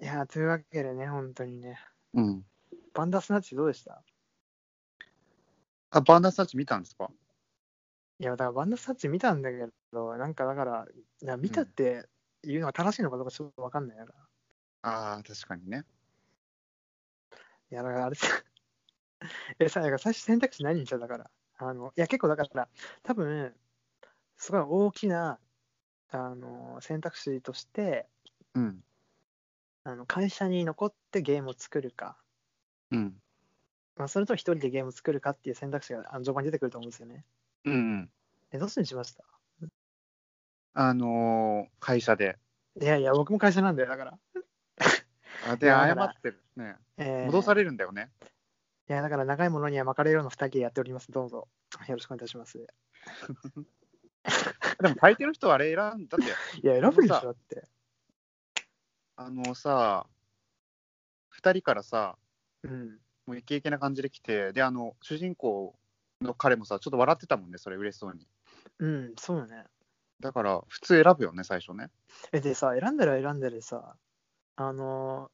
いやー、というわけでね、本当にね。うん。バンダースナッチどうでしたあ、バーナースタッチ見たんですかいや、だからバンダースナッチ見たんだけど、なんかだから、いや見たっていうのが正しいのかどうかちょっとわかんないから。ああ、確かにね。いや、だからあれさ、 え、さ、だから最初選択肢ないんちゃうだから。あの、いや、結構だから、多分、すごい大きな、あの、選択肢として、うん。あの会社に残ってゲームを作るか、うん。まあ、それと一人でゲームを作るかっていう選択肢があの序盤に出てくると思うんですよね。うん、うん。え、どっちにしましたあのー会社で。いやいや、僕も会社なんだよ、だから。あで、だか謝らってる。ね。えー戻されるんだよね。いや、だから長いものには巻かれるような二人でやっております。どうぞ。よろしくお願いいたします。いでも、大抵の人はあれ選んだって、や、選ぶでしょ、だって。あのさ、2人からさ、うん。もうイケイケな感じで来て、で、あの、主人公の彼もさ、ちょっと笑ってたもんね、それ、嬉しそうに。うん、そうよね。だから、普通選ぶよね、最初ね。え、でさ、選んだら選んだでさ、あの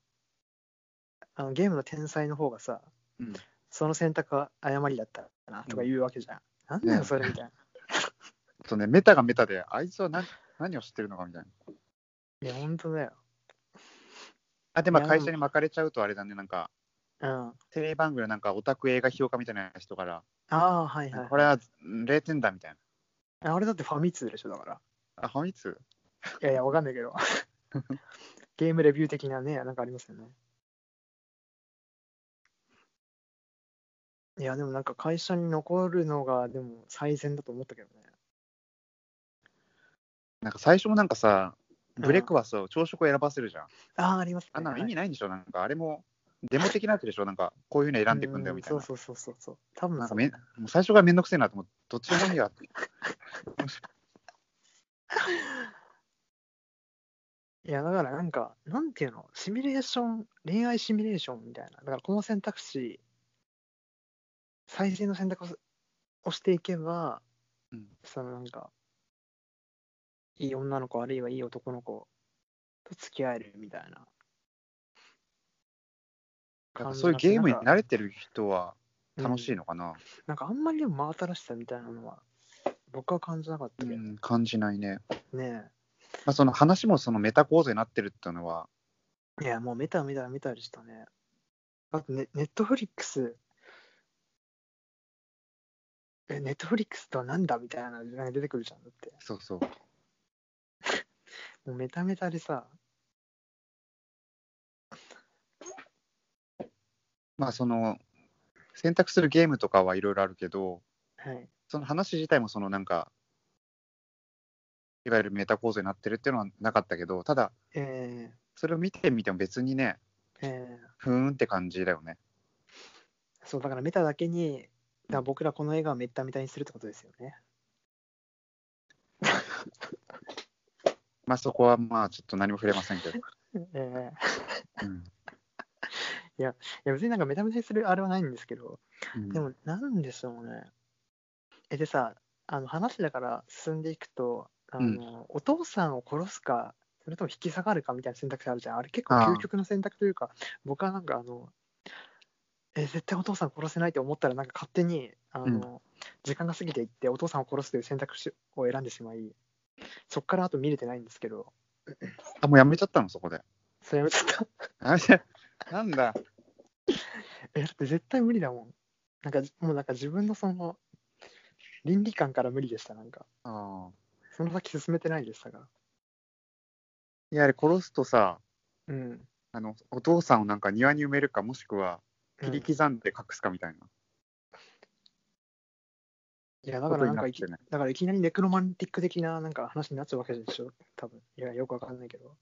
ーあのゲームの天才の方がさ、うん。その選択は誤りだったなとか言うわけじゃん。なんだよ、ねそれみたいな。とね、メタがメタで、あいつは何何を知ってるのかみたいな。いや、本当だよ。あ、でもいや会社に巻かれちゃうとあれだね、なんか、うん。テレビ番組のなんかオタク映画評価みたいな人から、ああ、はいはい。これは0点だみたいな。あれだってファミ通でしょ、だから。あ、ファミ通いやいや、わかんないけど。 ゲームレビュー的なね、なんかありますよね。いや、でもなんか会社に残るのが、でも最善だと思ったけどね。なんか最初もなんかうさ、んブレックファスト、朝食を選ばせるじゃん。ああ、ありますね。あんなの意はい味ないんでしょ、なんかあれも、デモ的なやつでしょ、なんかこういうの選んでいくんだよみたいな。うそうそうそうそう。多分なんそかうめもう最初がめんどくせえなと思って、どっちでもいいや。いや、だからなんか、なんていうの、シミュレーション、恋愛シミュレーションみたいな。だからこの選択肢、最善の選択をすをしていけば、うんそのなんか、いい女の子、あるいはいい男の子と付き合えるみたいな。なんかそういうゲームに慣れてる人は楽しい、いのかな、なんかあんまりでも真新しさみたいなのは、僕は感じなかっうたけど、ん感じないね。ねまあ、その話もそのメタ構造になってるっていうのは、え。いや、もうメタメタメタでしたね。あとね、ネットフリックス、え、ネットフリックスとはなんだみたいなのなんか出てくるじゃん。だって、そうそう。もうメタメタでさ、まあその選択するゲームとかはいろいろあるけど、はい。その話自体もそのなんか、いわゆるメタ構造になってるっていうのはなかったけど、ただ、えそれを見てみても別にね、ー、えふーんって感じだよね。ー、そう、だからメタだけに、だから僕らこの映画をメタメタにするってことですよね。まあそこはまあちょっと何も触れません けど。えー、いうんや、別になんかメタメタにするあれはないんですけど、うんでも、なんでしょうね。え、でさ、あの話だから進んでいくと、あの、うんお父さんを殺すか、それとも引き下がるかみたいな選択肢あるじゃん。あれ結構ああ究極の選択というか、僕はなんかあの、え、絶対お父さん殺せないと思ったら、なんか勝手に、あの、時間が過ぎていって、お父さんを殺すという選択肢を選んでしまい、そっからあと見れてないんですけど、あ、もうやめちゃったの、そこで。それやめちゃった。あれなんだ。 え、だって絶対無理だもん。なんか、もうなんか自分のその、倫理観から無理でした、なんか。あーその先進めてないでしたから。いや、あれ殺すとさ、うん。あのお父さんをなんか庭に埋めるか、もしくは切りい刻んで隠すかみたいなや、だこかとらなにんなかっていき、ね。だからいきなりネクロマンティック的ななんか話になっちゃうわけでしょ、多分いや、よくわかんないけど。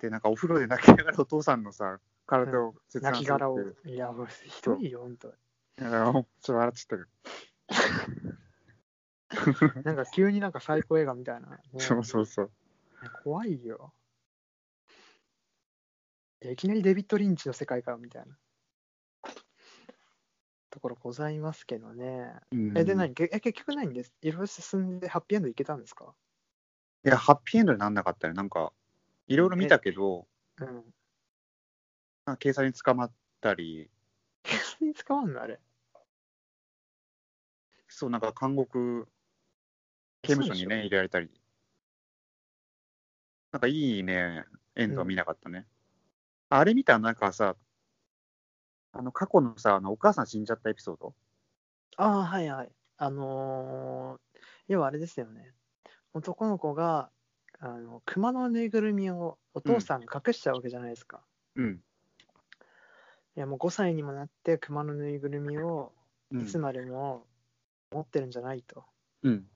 で、なんかお風呂で泣きながらお父さんのさ、体を切断泣すきるって殻をいう。。いや、もうひどいよ、ほんと。いやだ からもうちょっと笑っちゃったけど。なんか急になんか最高映画みたいな。ね そうそうそう。怖いよ。いやいきなりデビッド・リンチの世界観みたいな。ところございますけどね。うんえ、で、何けえ結局ないんです。いろいろ進んでハッピーエンドいけたんですかいや、ハッピーエンドになんなかったね。なんか、いろいろ見たけど、うん。まあ、警察に捕まったり、警察に捕まん のあれ。そう、なんか監獄、刑務そ所にうでしょね、入れられたり。なんかいいね、エンドは見なかったね。あれ見たなんかさ、あの過去のさ、あのお母さん死んじゃったエピソードああ、はいはい。あのー要はあれですよね。男の子が、あの熊のぬいぐるみをお父さんが隠しちゃうわけじゃないですか。うん。いやもう5歳にもなって熊のぬいぐるみをういんつ。までも持ってるんじゃないと。うん。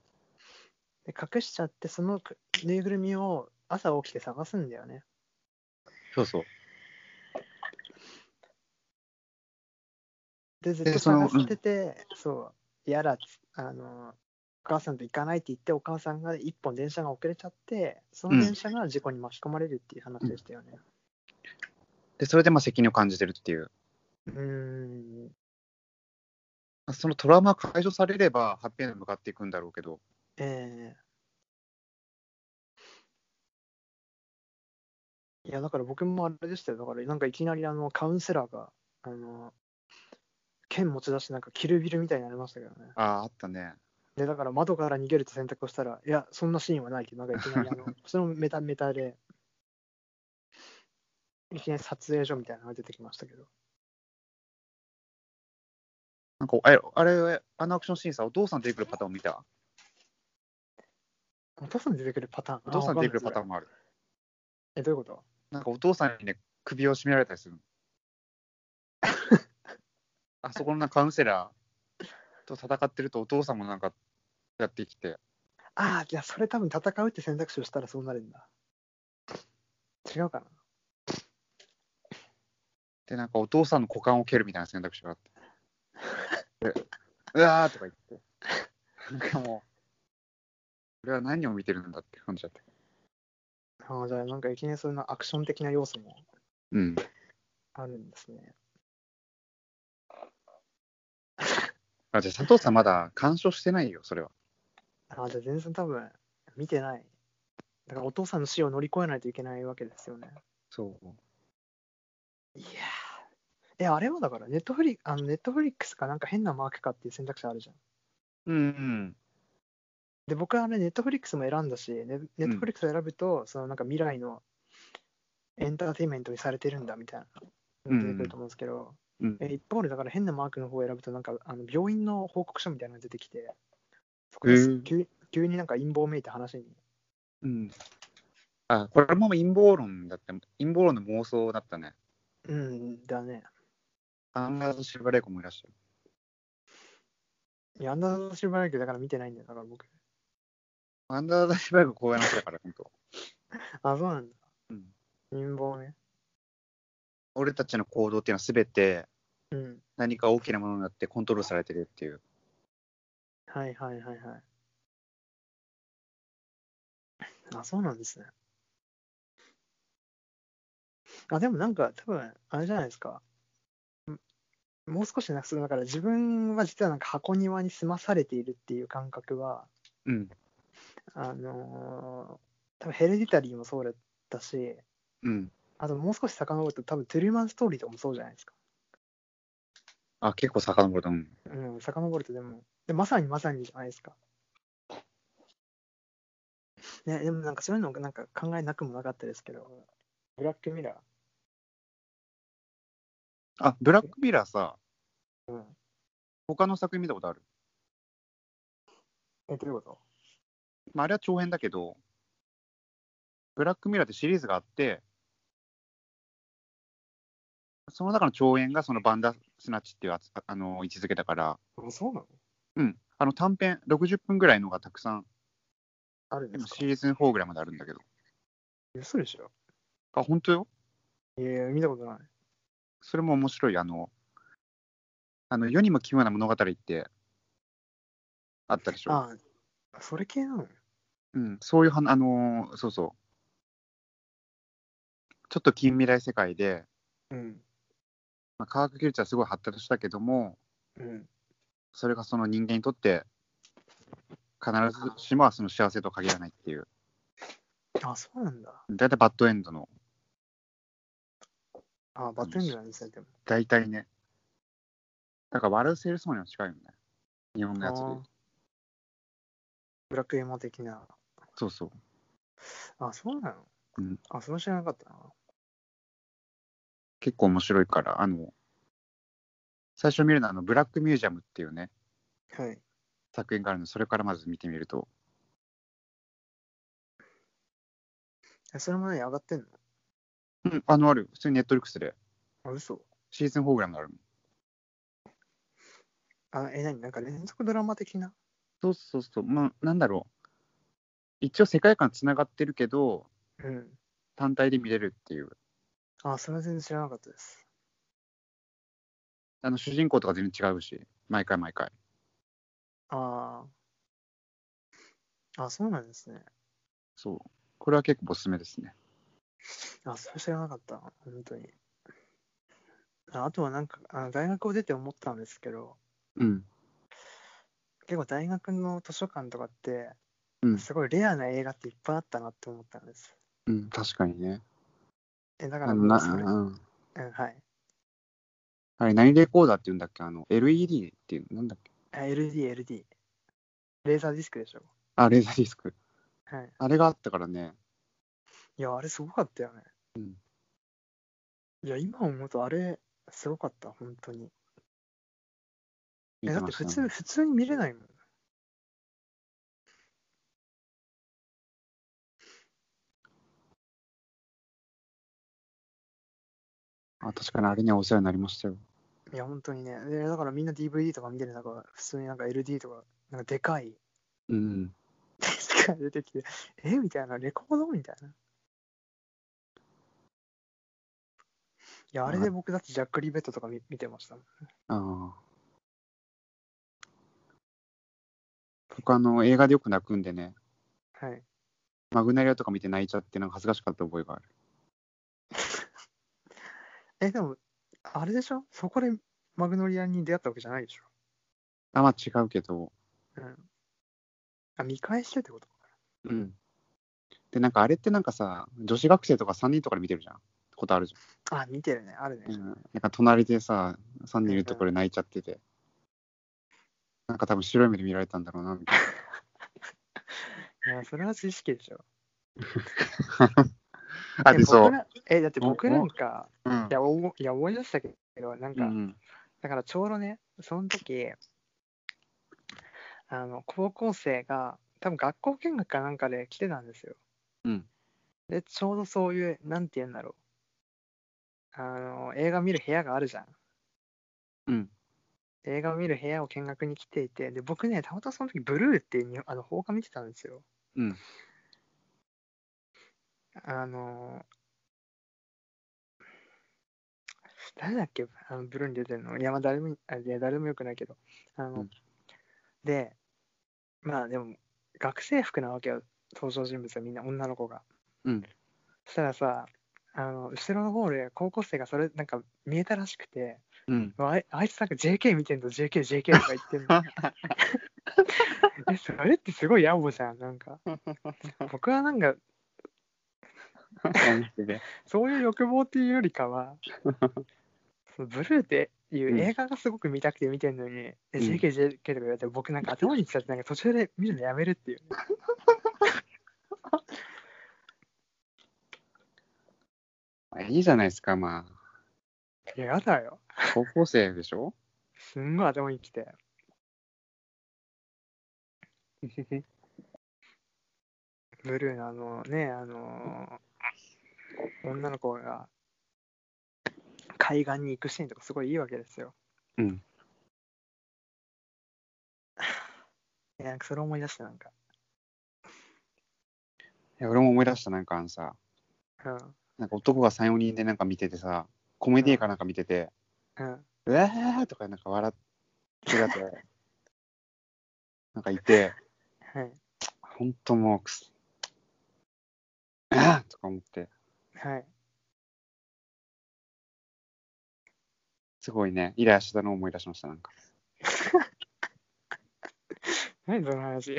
で隠しちゃってそのくぬいぐるみを朝起きて探すんだよね。そうそう。でずっとその探しててそう嫌だっつあのお母さんと行かないって言ってお母さんが一本電車が遅れちゃってその電車が事故に巻き込まれるっていう話でしたよね。で、それでまあ責任を感じてるっていう。うーんまあそのトラウマが解消されれば、ハッピーエンドに向かっていくんだろうけど、ええいや、だから僕もあれでしたよ。だから、なんかいきなりあのカウンセラーが、あの、剣持ち出して、なんかキルビルみたいになりましたけどね。ああ、あったね。で、だから窓から逃げるって選択をしたら、いや、そんなシーンはないって、なんかいきな りあの、そのメタメタで、いきなり撮影所みたいなのが出てきましたけど。なんか、あれ、あれあのアクションシーンさ、お父さん出てくるパターンを見たお父さん出てくるパターン。お父さん出てくるパターン。ンもある。え、どういうことなんかお父さんにね、首を絞められたりする のあそこのなんかカウンセラーと戦ってると、お父さんもなんかやってきて、ああ、じゃあそれ多分戦うって選択肢をしたらそうなるんだ。違うかなで、なんかお父さんの股間を蹴るみたいな選択肢があって、でうわーとか言って、なんかもう、俺は何を見てるんだって感じだった。ああ、じゃあなんかいきなりそういうのアクション的な要素もうん。あるんですね。あ、じゃあ佐藤さんまだ干渉してないよ、それは。ああ、じゃあ全然多分見てない。だからお父さんの死を乗り越えないといけないわけですよね。そう。いやー。え、あれはだからネットフリ、あのネットフリックスかなんか変なマークかっていう選択肢あるじゃん。うんうん。で、僕はあれネットフリックスも選んだし、ネネットフリックスを選ぶと、そのなんか未来のエンターテインメントにされてるんだみたいなのが出てくると思うんですけど、うん、え一方で、だから変なマークの方を選ぶと、なんかあの病院の報告書みたいなのが出てきて、そこでうん急急になんか陰謀めいた話に。うん。あ、これも陰謀論だって、陰謀論の妄想だったね。うんだね。アンダーズ・シルバレイコもいらっしゃる。いや、アンダーシルバーライクだから見てないんだよ、だから僕。アンダーズ・シルバレイコ公演の人だから、本当。あ、そうなんだ。うん陰謀ね。俺たちの行動っていうのは全てうん。何か大きなものになってコントロールされてるっていう。はいはいはいはい。あ、そうなんですね。あ、でもなんか、多分あれじゃないですか。んもう少しなくするだから、自分は実はなんか箱庭に住まされているっていう感覚は、うん。あのー多分ヘレディタリーもそうだったし、うん。あともう少し遡ると、多分トゥルーマンストーリーとかもそうじゃないですか。あ、結構遡ると思う。うん、遡るとでも、でまさにまさにじゃないですか。ね、でもなんかそういうのなんか考えなくもなかったですけど、ブラックミラあ、ブラック・ミラーさ、ー。うん。他の作品見たことある。え、どういうことまあ、あれは長編だけど、ブラック・ミラーってシリーズがあって、その中の長編がそのバンダースナッチっていうあつあの位置づけだから、あ、そうなのうん、あの短編60分ぐらいのがたくさん、あるんで今すかシーズン4ぐらいまであるんだけど。嘘でしょあ、本当よいやいや、見たことない。それも面白い。あの、あの世にも奇妙な物語ってあったでしょ。ああ、それ系なのうん、そういうはな、あのーそうそう。ちょっと近未来世界で、うん。まあ、科学技術はすごい発達したけども、うん。それがその人間にとって、必ずしもはその幸せとは限らないっていう、あ、そうなんだ。だいたいバッドエンドのああ、バッドエンドなんですね、でも。大体ね。だから悪セールスマンには近いよね。日本のやつであー。ブラックエモ的な。そうそう。あ、そうなのうんあ、それは知らなかったな。結構面白いから、あの、最初見るのはあの、ブラックミュージアムっていうね、はい。作品があるので、それからまず見てみると、えそれも何上がってんのうん、あの、ある、普通にネットリックスで、あ、嘘。シーズン4ぐらいまであるもん。あ、え、何なんか連続ドラマ的なそうそうそう、まあ、なんだろう。一応世界観つながってるけど、うん。単体で見れるっていう。あ、それは全然知らなかったです。あの、主人公とか全然違うし、毎回毎回。ああ。あ、そうなんですね。そう。これは結構おすすめですね。あ、それ知らなかった。本当に。ああとはなんかあ、大学を出て思ったんですけど、うん。結構大学の図書館とかってうん、すごいレアな映画っていっぱいあったなって思ったんです。うん、確かにね。え、だかあらのもうなそれ、うん、うん、はい。あれ、何レコーダーって言うんだっけあの、LED っていう、なんだっけあ LD、LD。レーザーディスクでしょ。あ、レーザーディスク。はい。あれがあったからね。いや、あれすごかったよね。うんいや、今思うとあれ、すごかった、本当に。え、見だてっまてした普ね通、普通に見れないもん。あ、確かにあれにはお世話になりましたよ。いや、本当にね。で、だからみんな DVD とか見てる中、普通になんか LD とか、なんかでかい、 うん。ディスクが出てきて、えみたいな、レコードみたいな。いや、あれで僕だってジャック・リベットとか見見てましたもん。ああ。僕、あの、映画でよく泣くんでね、はい。マグナリアとか見て泣いちゃって、なんか恥ずかしかった覚えがある。え、でも、あれでしょそこでマグノリアに出会ったわけじゃないでしょあ、まあ違うけど、うん。あ、見返してってことうん。で、なんかあれってなんかさ、女子学生とか3人とかで見てるじゃん。ことあるじあ、見てるね。あるね。ゃん。うん。なんか隣でさ、3人いるところで泣いちゃってて、なんか多分白い目で見られたんだろうな、みたいな。いや、それは知識でしょ。 あ、えで、そう僕。らえ、だって僕なんか、うんい。や、おもいや思い出したけど、なんうか、ん。だからちょうどね、その時、あの、高校生が、多分学校見学かなんかで来てたんですよ。うん。で、ちょうどそういう、なんて言うんだろう。あの、映画見る部屋があるじゃん。うん。映画を見る部屋を見学に来ていて、で、僕ね、たまたまその時、ブルーっていうにあの放課見てたんですよ。うん。あのー誰だっけあのブルーに出てるのいや、まあ、誰も、あいや、誰でもよくないけど。あの、うんで、まあでも、学生服なわけよ、登場人物はみんな女の子が。うん。そしたらさ、あの、後ろの方で高校生がそれ、なんか見えたらしくて、うん。 あいあいつなんか JK 見てんと JK、JK とか言ってんの。え、それってすごい野暮じゃん、なんか。僕はなんか、そういう欲望っていうよりかは、 そのブルーっていう映画がすごく見たくて見てるのに、えん JK、JK とか言われて、僕なんか頭にきちゃって、なんか途中で見るのやめるっていうね。まあいいじゃないですか、まいや、やだよ。あ。高校生でし ょすんごい頭にきて。ブルーのあのね、あのー女の子が海岸に行くシーンとかすごいいいわけですよ。うん。いやなんかそれ思い出した、なんか。いや俺も思い出した、なんかあのさ、うなんか男が3、4人でなんか見ててさ、コメディーかなんか見てて、ん。うん。うわーとかなんか笑ってがて、なんかいて、はい。ほんともうくす、あーとか思って、はい。すごいね、イライラしてたのを思い出しました、なんか。何その話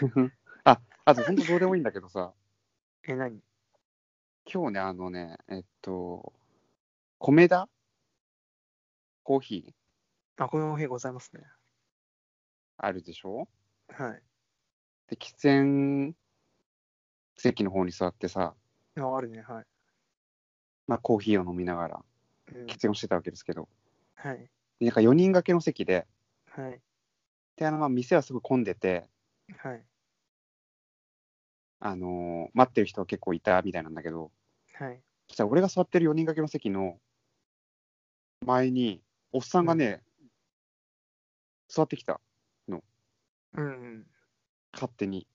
あ、あとほんとどうでもいいんだけどさ、え、何今日ね、あのね、えっと、米田コーヒーあ、このお部屋ございますね。あるでしょはい。で、喫煙席の方に座ってさ、あ、あるね、はい。まあ、コーヒーを飲みながらうん喫煙をしてたわけですけど、はい。でなんか4人掛けの席で、はい。で、あの、まあ、店はすぐ混んでて、はい。あのー待ってる人は結構いたみたいなんだけど、はい。そしたら俺が座ってる4人掛けの席の前に、おっさんがね、座ってきた、うん。勝手に。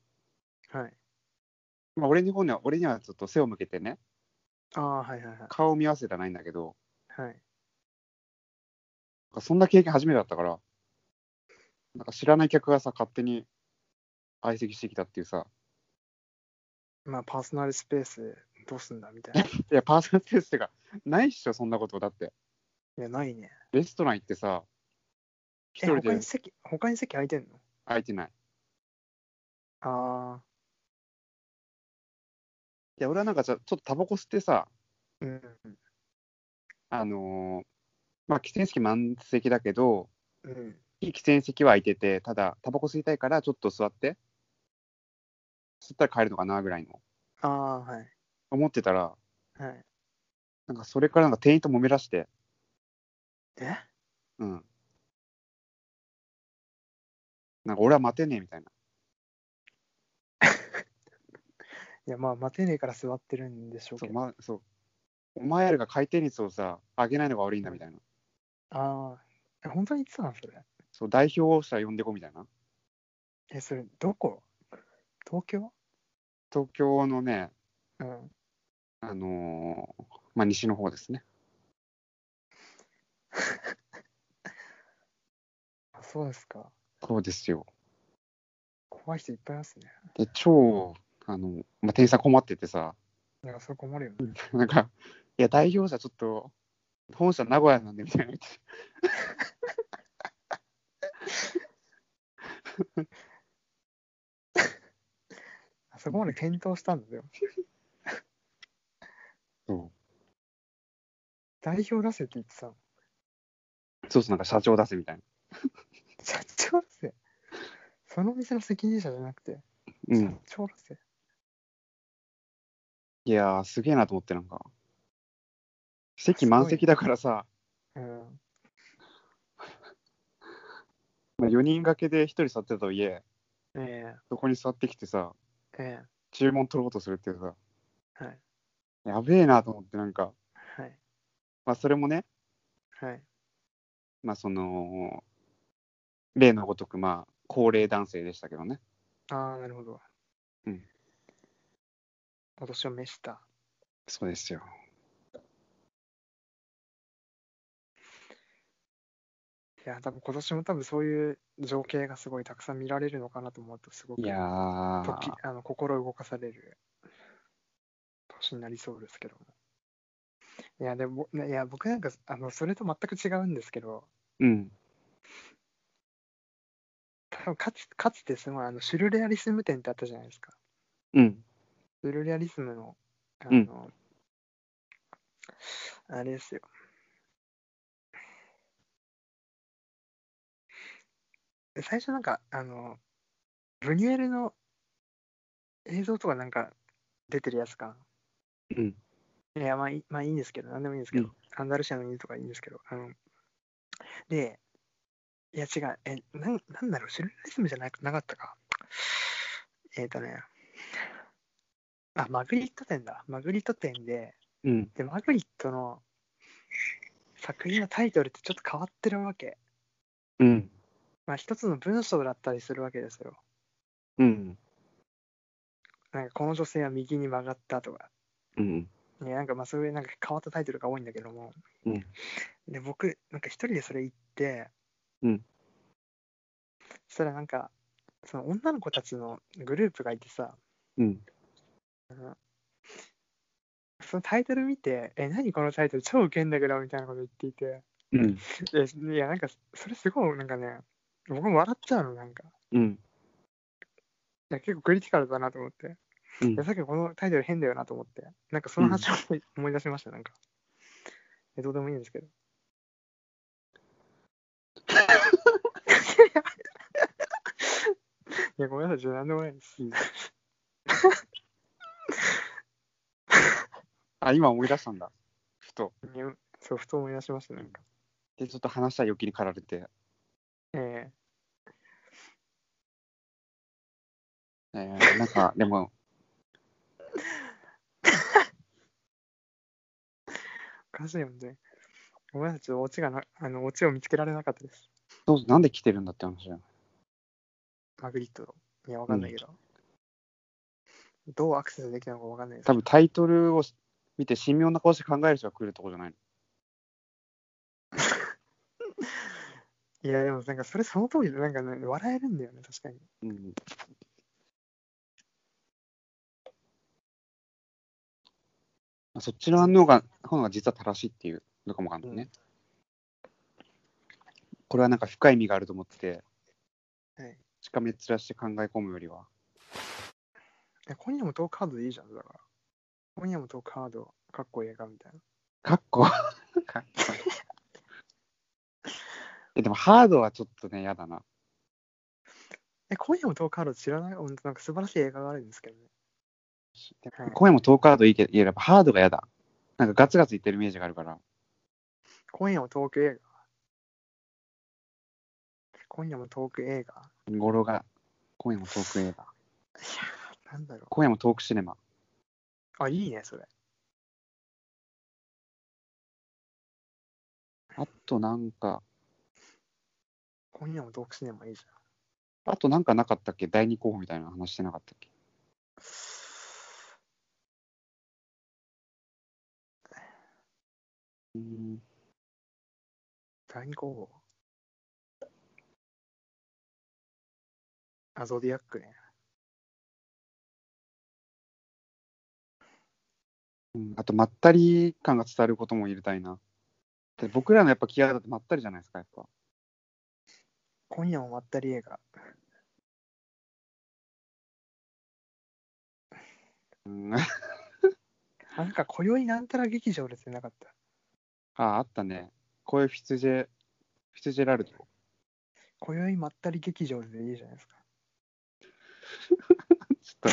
はい。まあ、俺の方には、俺にはちょっと背を向けてね、ああ、はいはいは顔を見合わせてはないんだけど、い。はい。なんかそんな経験初めてだったから、なんか知らない客がさ、勝手に相席してきたっていうさ、まあ、パーソナルスペースどうすんだみ たいな。いいや、パーソナルスペースってか、 ないっしょ、そんなこと。だって、や、ないね。レストラン行ってさ、一え、人他でに席、他に席空いてんの空いてない。ああ、いや、俺はなんかじゃ、ちょっとタバコ吸ってさ、うん。あのーまあ、喫煙席満席だけど、うん。いい喫煙席は空いてて、ただ、タバコ吸いたいから、ちょっと座って、吸ったら帰るのかなぐらいの、ああ、はい。思ってたら、はい。なんかそれからなんか店員と揉め出して、えうん。なんか俺は待てねえみたいな。いや、まあ、待てねえから座ってるんでしょうそけう、ど。ま、そう。お前らが回転率をさ、上げないのが悪いんだみたいな。ああ、本当に言ってたのそれ。そう、代表をしたら呼んでこみたいな。え、それ、どこ東京東京のね、うん。あのーまあ、西の方ですね。あ、そうですか。そうですよ。怖い人いっぱいいますね。で、超、あの、まあ、店員さん困っててさ、 いや、それ困るよね。なんか、いや、代表者ちょっと、本社名古屋なんでみたいな言って。あそこまで検討したんだよ。そう代表出せって言ってたの。そうそう、なんか社長出せみたいな。社長出せ。その店の責任者じゃなくて、う社ん。長出せ。いやー、すげえなと思って、なんか。席満席だからさ、うん。まあ、4人掛けで1人座ってたとはいえ、えそこに座ってきてさ、ええ注文取ろうとするっていうさ、えはい。やべえなと思って、なんか、はい。まあ、それもね、はい。まあ、その、例のごとく、まあ、高齢男性でしたけどね。ああ、なるほど。うん。お年を召した。そうですよ。いや、多分今年も多分そういう情景がすごいたくさん見られるのかなと思うと、すごくいや時ー、あの心動かされる年になりそうですけども。いや、でも、いや、僕なんか、あの、それと全く違うんですけど、うん。多分かつかつてすごいあのシュルレアリスム展ってあったじゃないですか。うん。シュルレアリスムの、あうんの、あれですよ。最初なんか、あの、ブニュエルの映像とかなんか出てるやつかうん。いや、まあいい、まあいいんですけど、なんでもいいんですけど、うんアンダルシアの犬とかいいんですけど、あの、で、いや違う、え、なんなんだろう、シュルレアリスムじゃなくなかったか。えっ、とね、あ、マグリット展だ。マグリット展で、うん。で、マグリットの作品のタイトルってちょっと変わってるわけ。うん。まあ一つの文章だったりするわけですよ。うん。なんかこの女性は右に曲がったとか、うん。ね、なんかまあそういうなんか変わったタイトルが多いんだけども、うんで僕なんか一人でそれ行って、うんそしたらなんかその女の子たちのグループがいてさうん。そのタイトル見て「え何このタイトル超ウケんだけど」みたいなこと言っていてうん。でいやなんかそれすごいなんかね僕も笑っちゃうのなんかいうん。や結構クリティカルだなと思って、うんいやさっきこのタイトル変だよなと思ってなんかその話を思い思い出しましたなんかえどうでもいいんですけ ど。いや、ごめんなさい、ちょっとなんでもないです。あ、今思い出したんだ。ふと。いやそう、ふと思い出しました、なんか。で、ちょっと話した余計に駆られて。ええーなんか、でも、おかしいよね。ごめんなさい、ちょっとオチがな、あの、オチを見つけられなかったです。どうなんで来てるんだって話だよ。マグリットの。いや、わかんないけど。どうアクセスできたのかわかんないです多。分タイトルをし見て神妙な顔して考える人が来るとこじゃないの。いや、でもなんか、それその通りで、なんかね、笑えるんだよね、確かに。うん。まあそっちの反応が、方が実は正しいっていうのかもわかんないね。これはなんか深い意味があると思って、はいしかめっ面して考え込むよりは。いや今夜も当カードでいいじゃん、だから。今夜も当カード、かっこいい映画みたいな。かっこ。かっこ えでもハードはちょっとね、嫌だな。え、今夜も当カード知らない本当なんか素晴らしい映画があるんですけどね。ではい声も遠カードいいけど、いややっぱハードが嫌だ。なんかガツガツ言ってるイメージがあるから。今夜もトーク映画。今夜もトーク映画。語呂が、今夜もトーク映画。いやー、なんだろ今夜もトークシネマ。う。あ、いいね、それ。あとなんか、今夜もトークシネマいいじあとなんかなかったっけ第二候補みたいな話してなかったっけうーんゃん。第二候補。あ、ゾディアックね。うんあと、まったり感が伝わることも入れたいな。で僕らのやっぱ気合だってまったりじゃないですか、やっぱ。今夜もまったり映画。うん ああ、なんか、今宵なんたら劇場ですなかった。あ、あったね。こういうフィツジェ、フィツジェラルド。今宵まったり劇場でいいじゃないですか。ちょっ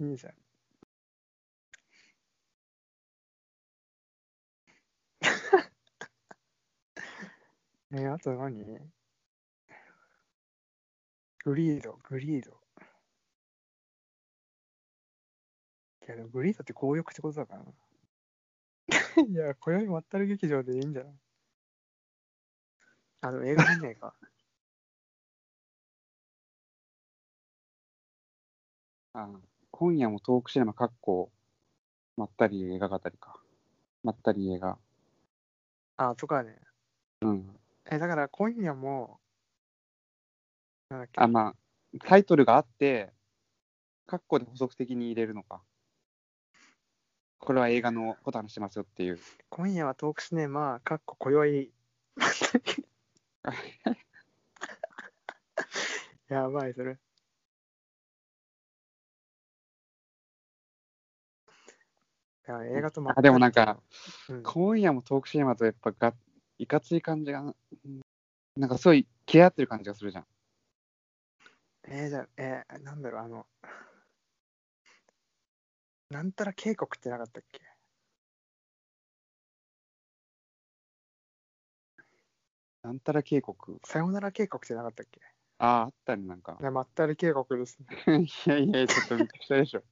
いいじゃん。 えあと何グリード、グリード。いや、でもグリードって強欲ってことだからな。 いや、今宵まったる劇場でいいんじゃないあの、映画見ねえか。と、あ今夜もトークシネマ、かっこ、まったり映画語りか。まったり映画。あ、とかね。うん。え、だから今夜も、なんだっけあ、まあ、タイトルがあって、括弧で補足的に入れるのか。これは映画のこと話してますよっていう。 今夜はトークシネマ、かっこ今宵。やばい、それ。いや映画とまったありでもなんか、うん今夜もトークシネマとやっぱが、いかつい感じが、うんなんかすごい気合ってる感じがするじゃん。えーじゃあ、えーなんだろう、あの、なんたら渓谷ってなかったっけなんたら渓谷。さよなら渓谷ってなかったっけああ、あったね、なんか。いやまったり渓谷ですね。いやいや、ちょっとめちゃくちゃでしょ。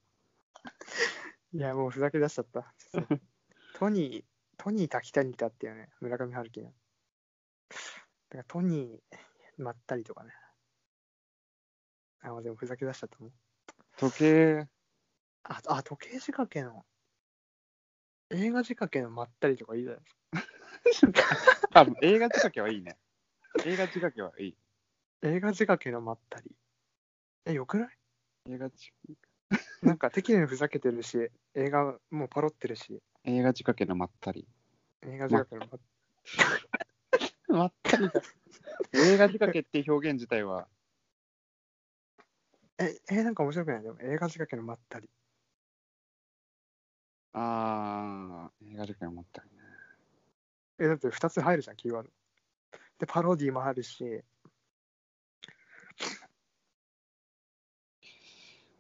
いや、もうふざけ出しちゃった。トニー、トニー滝谷だってよね、村上春樹の。だからトニー、まったりとかね。あ、でもふざけ出しちゃったもん。時計、あ、あ時計仕掛けの、映画仕掛けのまったりとかいいじゃないですあ、映画仕掛けはいいね。映画仕掛けはいい。か。映画仕掛けのまったり。え、よくない映画仕なんか適度にふざけてるし、映画もうパロってるし、映画仕掛けのまったり。映画仕掛けのまったり。まったりだ。 映画仕掛けっていう表現自体は、え、えなんか面白くないでも映画仕掛けのまったり。あー、映画受験思ったよね。え、だって2つ入るじゃん、キーワード。で、パロディもあるし、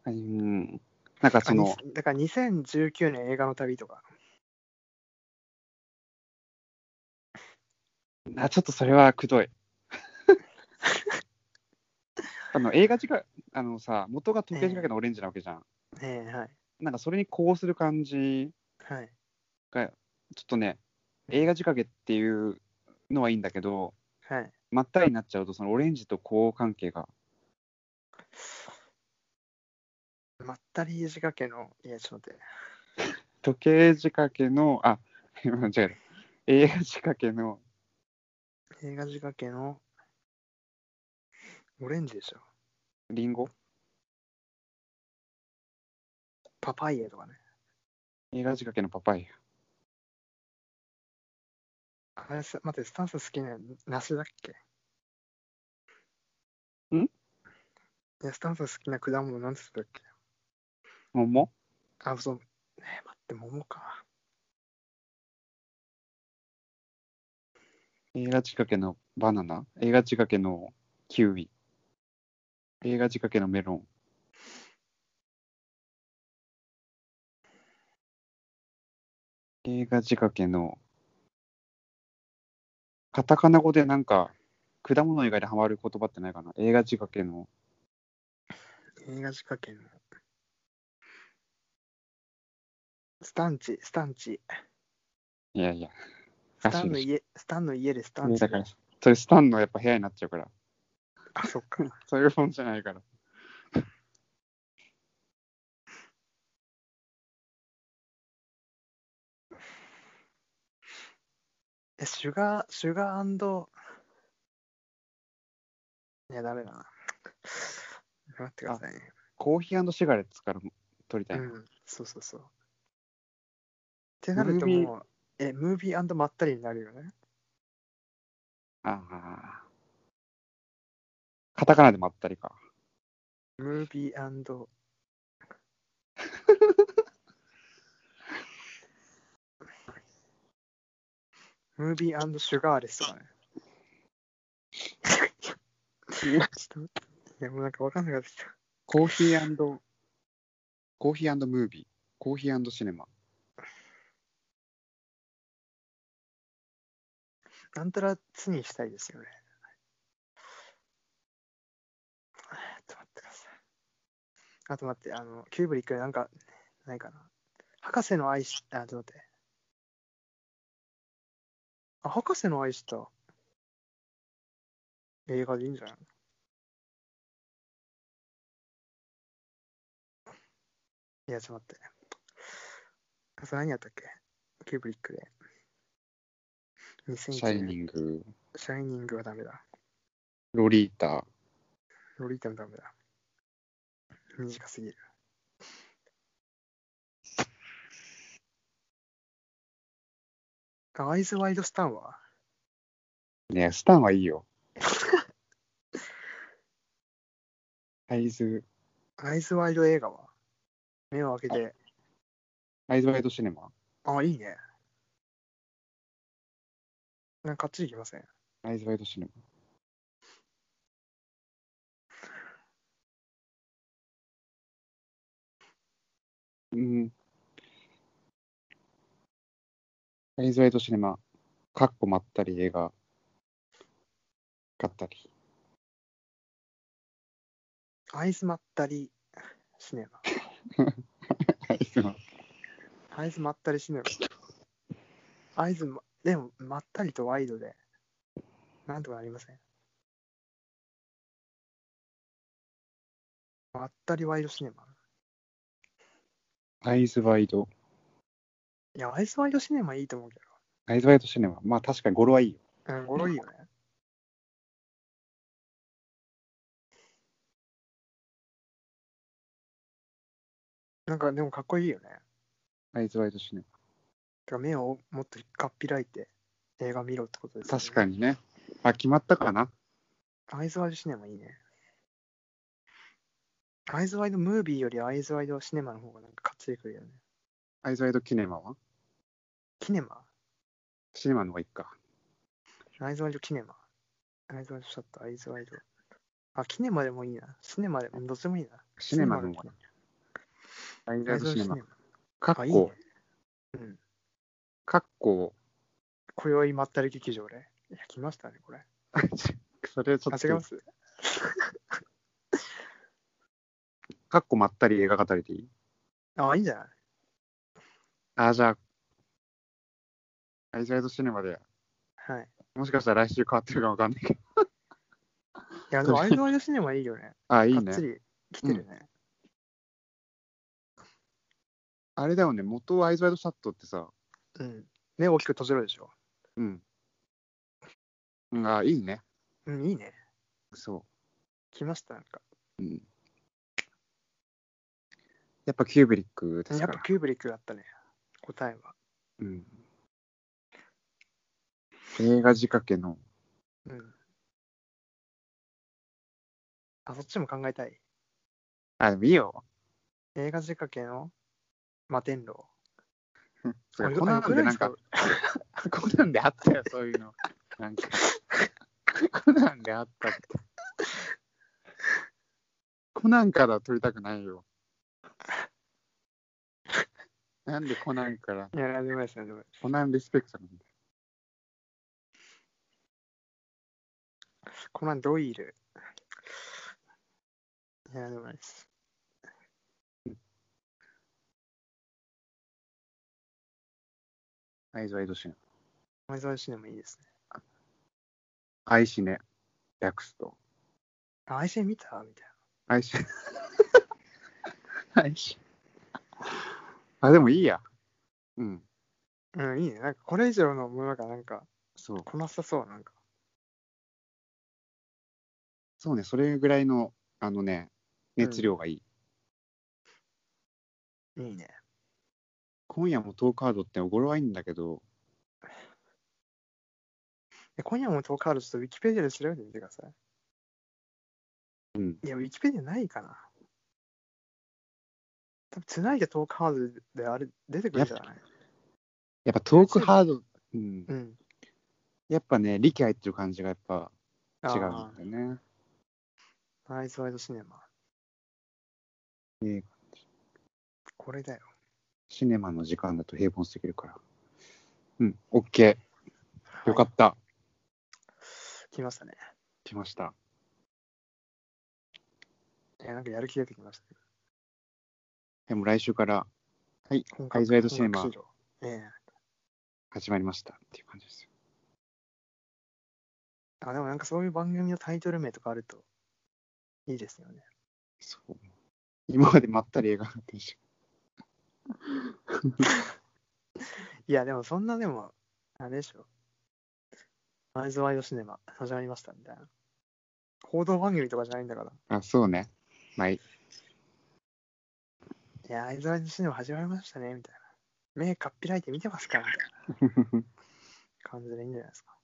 うん。なんかそあにの、だから2019年映画の旅とか。あちょっとそれはくどい。 あの映画時間、あのさ、元が時計仕掛けのオレンジなわけじゃん。ええはい。なんかそれにこうする感じはい。が、ちょっとね、映画仕掛けっていうのはいいんだけど、はい。まったりになっちゃうと、そのオレンジとこう関係が、まったり仕掛けの、いや、ちょっと待って。時計仕掛けの、あ、 間違えた。映画仕掛けの、映画仕掛けの、オレンジでしょ。リンゴパパイヤとかね。映画仕掛けのパパイヤ。あれさ、待って、スタンス好きな梨だっけんいや、スタンス好きな果物なんつったっけ桃あ、そう。えー、待って、桃か。映画仕掛けのバナナ映画仕掛けのキウイ映画仕掛けのメロン映画仕掛けのカタカナ語でなんか果物以外でハマる言葉ってないかな映画仕掛けの映画仕掛けの。スタンチ、スタンチ。いやいやスタンの家、スタンの家でスタンチだ。からそれスタンのやっぱ部屋になっちゃうからあ、そっか。そういう本じゃないからえ、シュガー、シュガーいや、ダメだな。待ってくださいね。コーヒーシガレッツから撮りたういな、ん、そうそうそう。ってなるとムービーもう、え、ムービーまったりになるよね。ああ。カタカナでまったりか。ムービー ムービーシュガーレスとかね。ちょっと待っていや、もうなんかわかんなくなってきた。コーヒーコーヒームービー、コーヒーシネマ。なんたらつにしたいですよね。ちょっと待ってください。あと待って、あの、キューブリックなんか、ないかな。博士の愛し、あ、ちょっと待って。あ、博士の愛した映画でいいんじゃないいや、ちょっと待って。それ何やったっけキューブリックで。2001シャイ年ニング、シャイニングはダメだ。ロリータ、ロリータもダメだ。短すぎる。あアイズワイドスタンはねえスタンはいいよ。アイズ、アイズワイド映画は目を開けて、アイズワイドシネマ。あ、いいね。なんかかっちりいきません。アイズワイドシネマ。うん。アイズワイドシネマ。かっこまったり映画。かったり。アイズまったりシネマ。 アイズはアイズまったりシネマ。アイズ、ま、でも、まったりとワイドで、なんとかなりません。まったりワイドシネマ。アイズワイド。いや、アイズワイドシネマいいと思うけアイズワイドシネマ。まあ確かに語呂はいいよ。ど。うん、語呂いいよね。なんか、でもかっこいいよね。アイズワイドシネてか、目をもっとかっぴらいて映画見ろってことです、マ。確かに。にね。あ、決まったかなアイズワイドシネマいいね。アイズワイドムービーよりアイズワイドシネマの方がなんかかっつりくるよね。アイズワイドキネマはキネマシネマの方がいいか。アイズワイドキネマ。アイズワイドシャット、アイズワイド。あ、キネマでもいいな。シネマでも、どっちでもいいな。シネマの方がいい。アイズアワイズワイドイシドネシネママ。。かっあいいねこ、うん。かっこ、今宵まったり劇場で。いや、来ましたね、これ。 それちょあっ、違いまと、す。かっこまったり映画語りでいいあ、いいんじゃないあ、じゃあ、アイズワイドシネマで、はい。もしかしたら来週変わってるかわかんないけど。いや、でもアイズワイドシネマいいよね。あ、 いいがねっつ。り来てるね。あれだよね、元アイズワイドシャットってさ、うん。目を大きく閉じろでしょ。うん。うんあ、いいね。うん、いいね。そう。来ました、なんか。うんやっぱキューブリックですやっかぱら。キューブリックだったね。答えは。うん、映画仕掛けの、うん。あ、そっちも考えたい。あ、でもいいよ。映画仕掛けの摩天楼。それあコナンでなんかよ、 コナンであったよ、そういうの。なんか、 コナンであったって。コナンから撮りたくないよ。なんでコナンから、いや、なんでもないです、なんでもないですコナンリスペクトなんだよ。コナンドイル。いや、なんでもないです。アイズワイドシネマイズワイドシネマいいですね。マ。アイシネ。略すと。あ、愛人見たみたいアイシネ。 アイシネ。あ、でもいいや。うん、な。うん、いいね。なんかこれ以上のものがなんか、そう。こなさそう、なんか。そうね、それぐらいの、あのね、熱量がいい。いいね。今夜もトーカードっておごろはいいんだけど、で今夜もトーカールちょっとウィキペディアで調べてみてください。うん、いや、ウィキペディアないかな。多分つないでトークハードであれ出てくるんじゃないやっぱトークハード、うん、うん。やっぱね、力入ってる感じがやっぱあ違ーうんだよね。アイズワイドシネマ。映画これだよ。シネマの時間だと平凡すぎるから。うん、OK。よかった。はい来ましたね。来ました。えなんかやる気出てきましたね。でも来週から今アイズワイドシネマええ始まりましたっていう感じですよ。あ、でもなんかそういう番組のタイトル名とかあるといいですよね。そう。今までまったり映画だったし。いや、でもそんなでも、あれでしょ。アイズワイドシネマ始まりましたみたいな。報道番組とかじゃないんだから。あ、そうね。まあいい。いや、アイズワイドシネマ始まりましたねみたいな。目かっぴらいて見てますかみたいな感じでいいんじゃないですか。